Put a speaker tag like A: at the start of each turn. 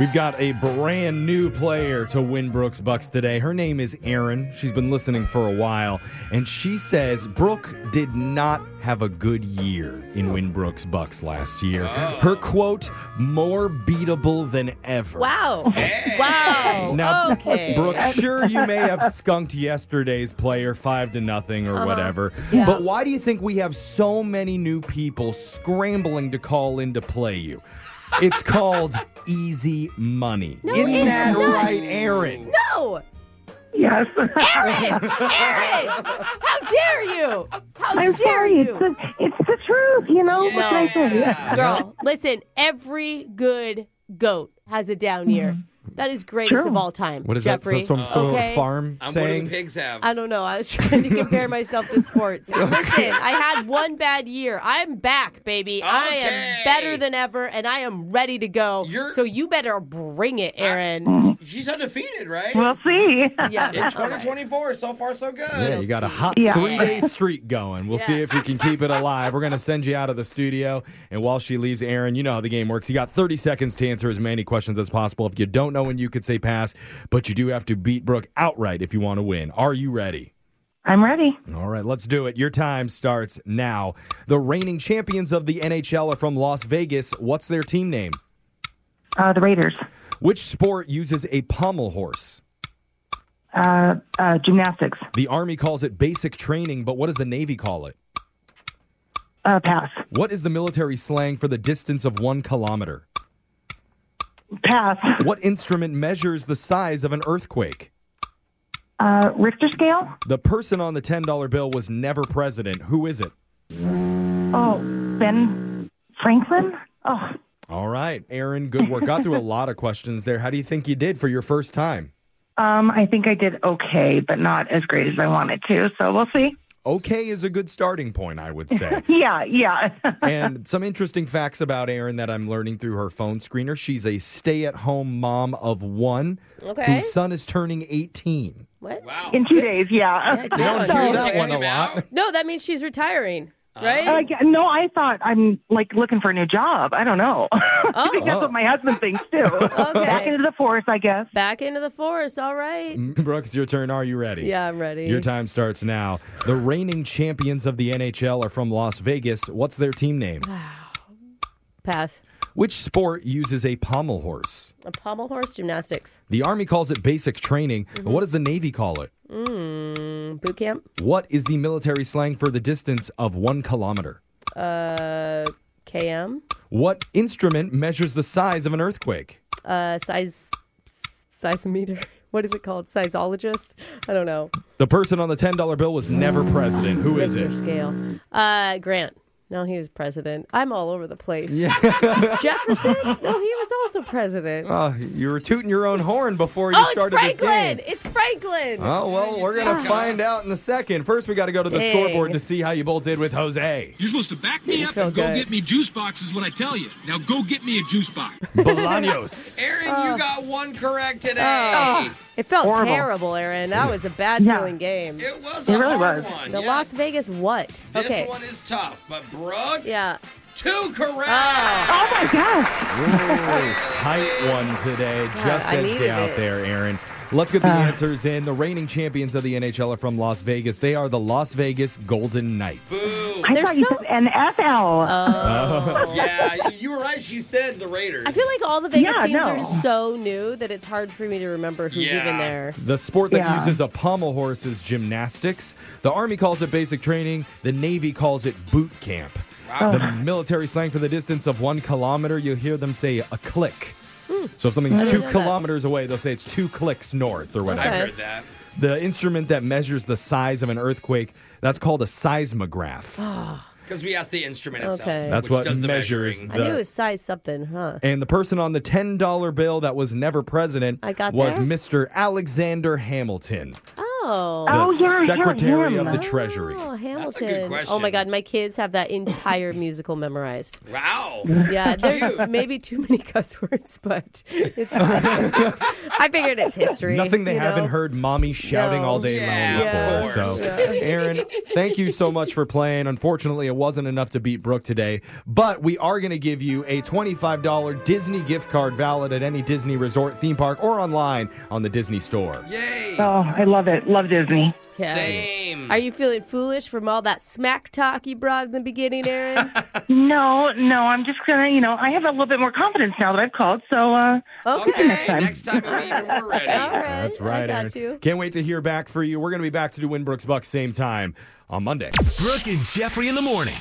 A: We've got a brand new player to win Brooks Bucks today. Her name is Erin. She's been listening for a while, and she says Brooke did not have a good year in Win Brooks Bucks last year. Her quote, more beatable than ever.
B: Wow. Wow.
A: Now,
B: okay.
A: Brooke, sure you may have skunked yesterday's player five to nothing or whatever,
B: Uh-huh. Yeah.
A: but why do you think we have so many new people scrambling to call in to play you? It's called easy money. Isn't
B: it's
A: that
B: not.
A: right, Aaron?
B: No.
C: Yes.
B: Aaron! Aaron! How dare you? How
C: I'm
B: dare
C: sorry.
B: you?
C: It's the, it's the truth, you know? What can I say?
B: Girl, listen, every good goat has a down year. That is greatest
C: Mm-hmm. True.
B: of all time.
A: What is
B: Jeffrey.
A: that? So- Some sort
B: okay?
A: of farm
D: I'm What do
A: saying?
D: the pigs have?
B: I don't know. I was trying to compare myself to sports. Listen, I had one bad year. I'm back, baby. I am
D: Okay.
B: better than ever, and I am ready to go.
D: You're-
B: So you better bring it, Aaron.
D: She's undefeated, right?
C: We'll see.
B: yeah.
D: In 2024, so far so good.
A: Yeah, you got a hot
C: Yeah.
A: three day streak going. We'll see
B: Yeah.
A: if you can keep it alive. We're going to send you out of the studio. And while she leaves, Aaron, you know how the game works. You got 30 seconds to answer as many questions as possible. If you don't know when you could say pass, but you do have to beat Brooke outright if you want to win. Are you ready?
C: I'm ready.
A: All right, let's do it. Your time starts now. The reigning champions of the NHL are from Las Vegas. What's their team name?
C: Uh, the Raiders.
A: Which sport uses a pommel horse?
C: Uh, uh, gymnastics.
A: The Army calls it basic training, but what does the Navy call it?
C: Uh, pass.
A: What is the military slang for the distance of one kilometer?
C: Pass.
A: What instrument measures the size of an earthquake?
C: Uh, Richter scale?
A: The person on the $10 bill was never president. Who is it?
C: Oh, Ben Franklin? Oh,
A: All right, Aaron, good work. Got through a lot of questions there. How do you think you did for your first time?
C: um, I think I did okay, but not as great as I wanted to. So we'll see.
A: Okay is a good starting point, I would say.
C: Yeah, yeah.
A: and some interesting facts about Erin that I'm learning through her phone screener. She's a stay at home mom of one
B: Okay.
A: whose son is turning 18.
B: What?
D: Wow.
C: In two days, yeah.
B: Yeah,
A: You don't
B: good
A: hear
B: one.
A: that
D: Kicking
A: one a
D: him out?
A: lot.
B: No, that means she's retiring,
A: Ah.
B: right?
C: Uh, yeah, no, I thought I'm like looking for a new job. I don't know. I think that's
A: Oh.
C: what my husband thinks too. Back into the force, I guess.
B: Back into the forest. All right.
A: Mm. Brooks, your turn. Are you ready?
B: Yeah, I'm ready.
A: Your time starts now. The reigning champions of the NHL are from Las Vegas. What's their team name?
B: Ah. Pass.
A: Which sport uses a pommel horse?
B: A pommel horse gymnastics.
A: The Army calls it basic training.
B: Mm-hmm.
A: What does the Navy call it?
B: Mm, boot camp.
A: What is the military slang for the distance of one kilometer?
B: Uh, KM.
A: What instrument measures the size of an earthquake?
B: Uh, size. s- Seismometer. What is it called? Sizeologist? I don't know.
A: The person on the $10 bill was never president. Who is
B: Richter
A: it?
B: scale. Uh, Grant. No, he was president. I'm all over the place. Jefferson? No, he was also president.
A: Oh, you were tooting your own horn before you
B: oh, it's
A: started this game.
B: Franklin. Ah. It's Franklin.
A: Oh, well, we're going to find out in a second. First, we got to go to the
B: Dang.
A: scoreboard to see how you both did with Jose.
E: You're supposed to back me
B: Didn't
E: up
B: feel
E: and go
B: good.
E: get me juice boxes when I tell you. Now go get me a juice box.
A: Bolaños.
D: Aaron, you got one correct today.
B: it felt
C: Horrible.
B: terrible, Aaron. That was a bad
C: Yeah.
B: feeling game.
D: It was a
C: It really
D: hard
C: was.
D: one.
B: The
D: yeah.
B: Las Vegas what?
D: This
B: okay.
D: one is tough, but Brooke,
B: Yeah.
D: two correct.
C: Oh my gosh.
A: tight one today, just
B: I
A: edged
B: needed
A: it out
B: it. Uh.
A: there, Aaron. Let's get the answers in. The reigning champions of the NHL are from Las Vegas. They are the Las Vegas Golden Knights.
D: Ooh.
C: I
B: There's
C: thought you
B: so-
C: said NFL.
D: Yeah, you- you were right. She said the Raiders.
B: I feel like all the Vegas
C: Yeah,
B: teams
C: no.
B: are so new that it's hard for me to remember who's
D: Yeah.
B: even there.
A: The sport that
C: Yeah.
A: uses a pommel horse is gymnastics. The Army calls it basic training. The Navy calls it boot camp. The military slang for the distance of one kilometer, you'll hear them say a click. So if something's two
B: Hmm. know that.
A: kilometers away, they'll say it's two clicks north or whatever.
D: I've
B: Okay.
D: heard that.
A: The instrument that measures the size of an earthquake, that's called a seismograph.
D: Because we asked the instrument itself.
B: Okay.
A: That's
D: which
A: what
D: does the
A: measures
D: measuring.
B: I
A: The-
B: knew it was size something, huh?
A: and the person on the $10 bill that was never president
B: I got
A: was
B: that.
A: Mr. Alexander Hamilton.
B: Oh.
A: the
C: Oh, yeah, yeah,
A: Secretary
C: him.
A: of the Treasury.
B: Oh,
D: That's a
B: Hamilton.
D: good
B: Oh my
D: question.
B: God, my kids have that entire musical memorized.
D: Wow.
B: Yeah, there's maybe too many cuss words, but it's. fine. I figured it's history.
A: Nothing they
B: you
A: haven't
B: know?
A: heard mommy shouting
B: No.
A: all day
D: Yeah,
A: long
D: of
A: before. So,
D: course.
A: Aaron, thank you so much for playing. Unfortunately, it wasn't enough to beat Brooke today, but we are going to give you a $25 Disney gift card valid at any Disney resort, theme park, or online on the Disney store.
D: Yay.
C: Oh, I love it. Love Disney.
B: Yeah.
D: Same.
B: Are you feeling foolish from all that smack talk you brought in the beginning, Aaron?
C: No, no, I'm just gonna, you know, I have a little bit more confidence now that I've called. So, uh,
B: Okay.
D: okay. Next time we'll be even more
B: All
D: ready.
B: right.
A: That's right,
B: I got
A: Aaron.
B: you.
A: Can't wait to hear back for you. We're going to be back to do Winbrooks Bucks same time on Monday.
F: Brooke and Jeffrey in the morning.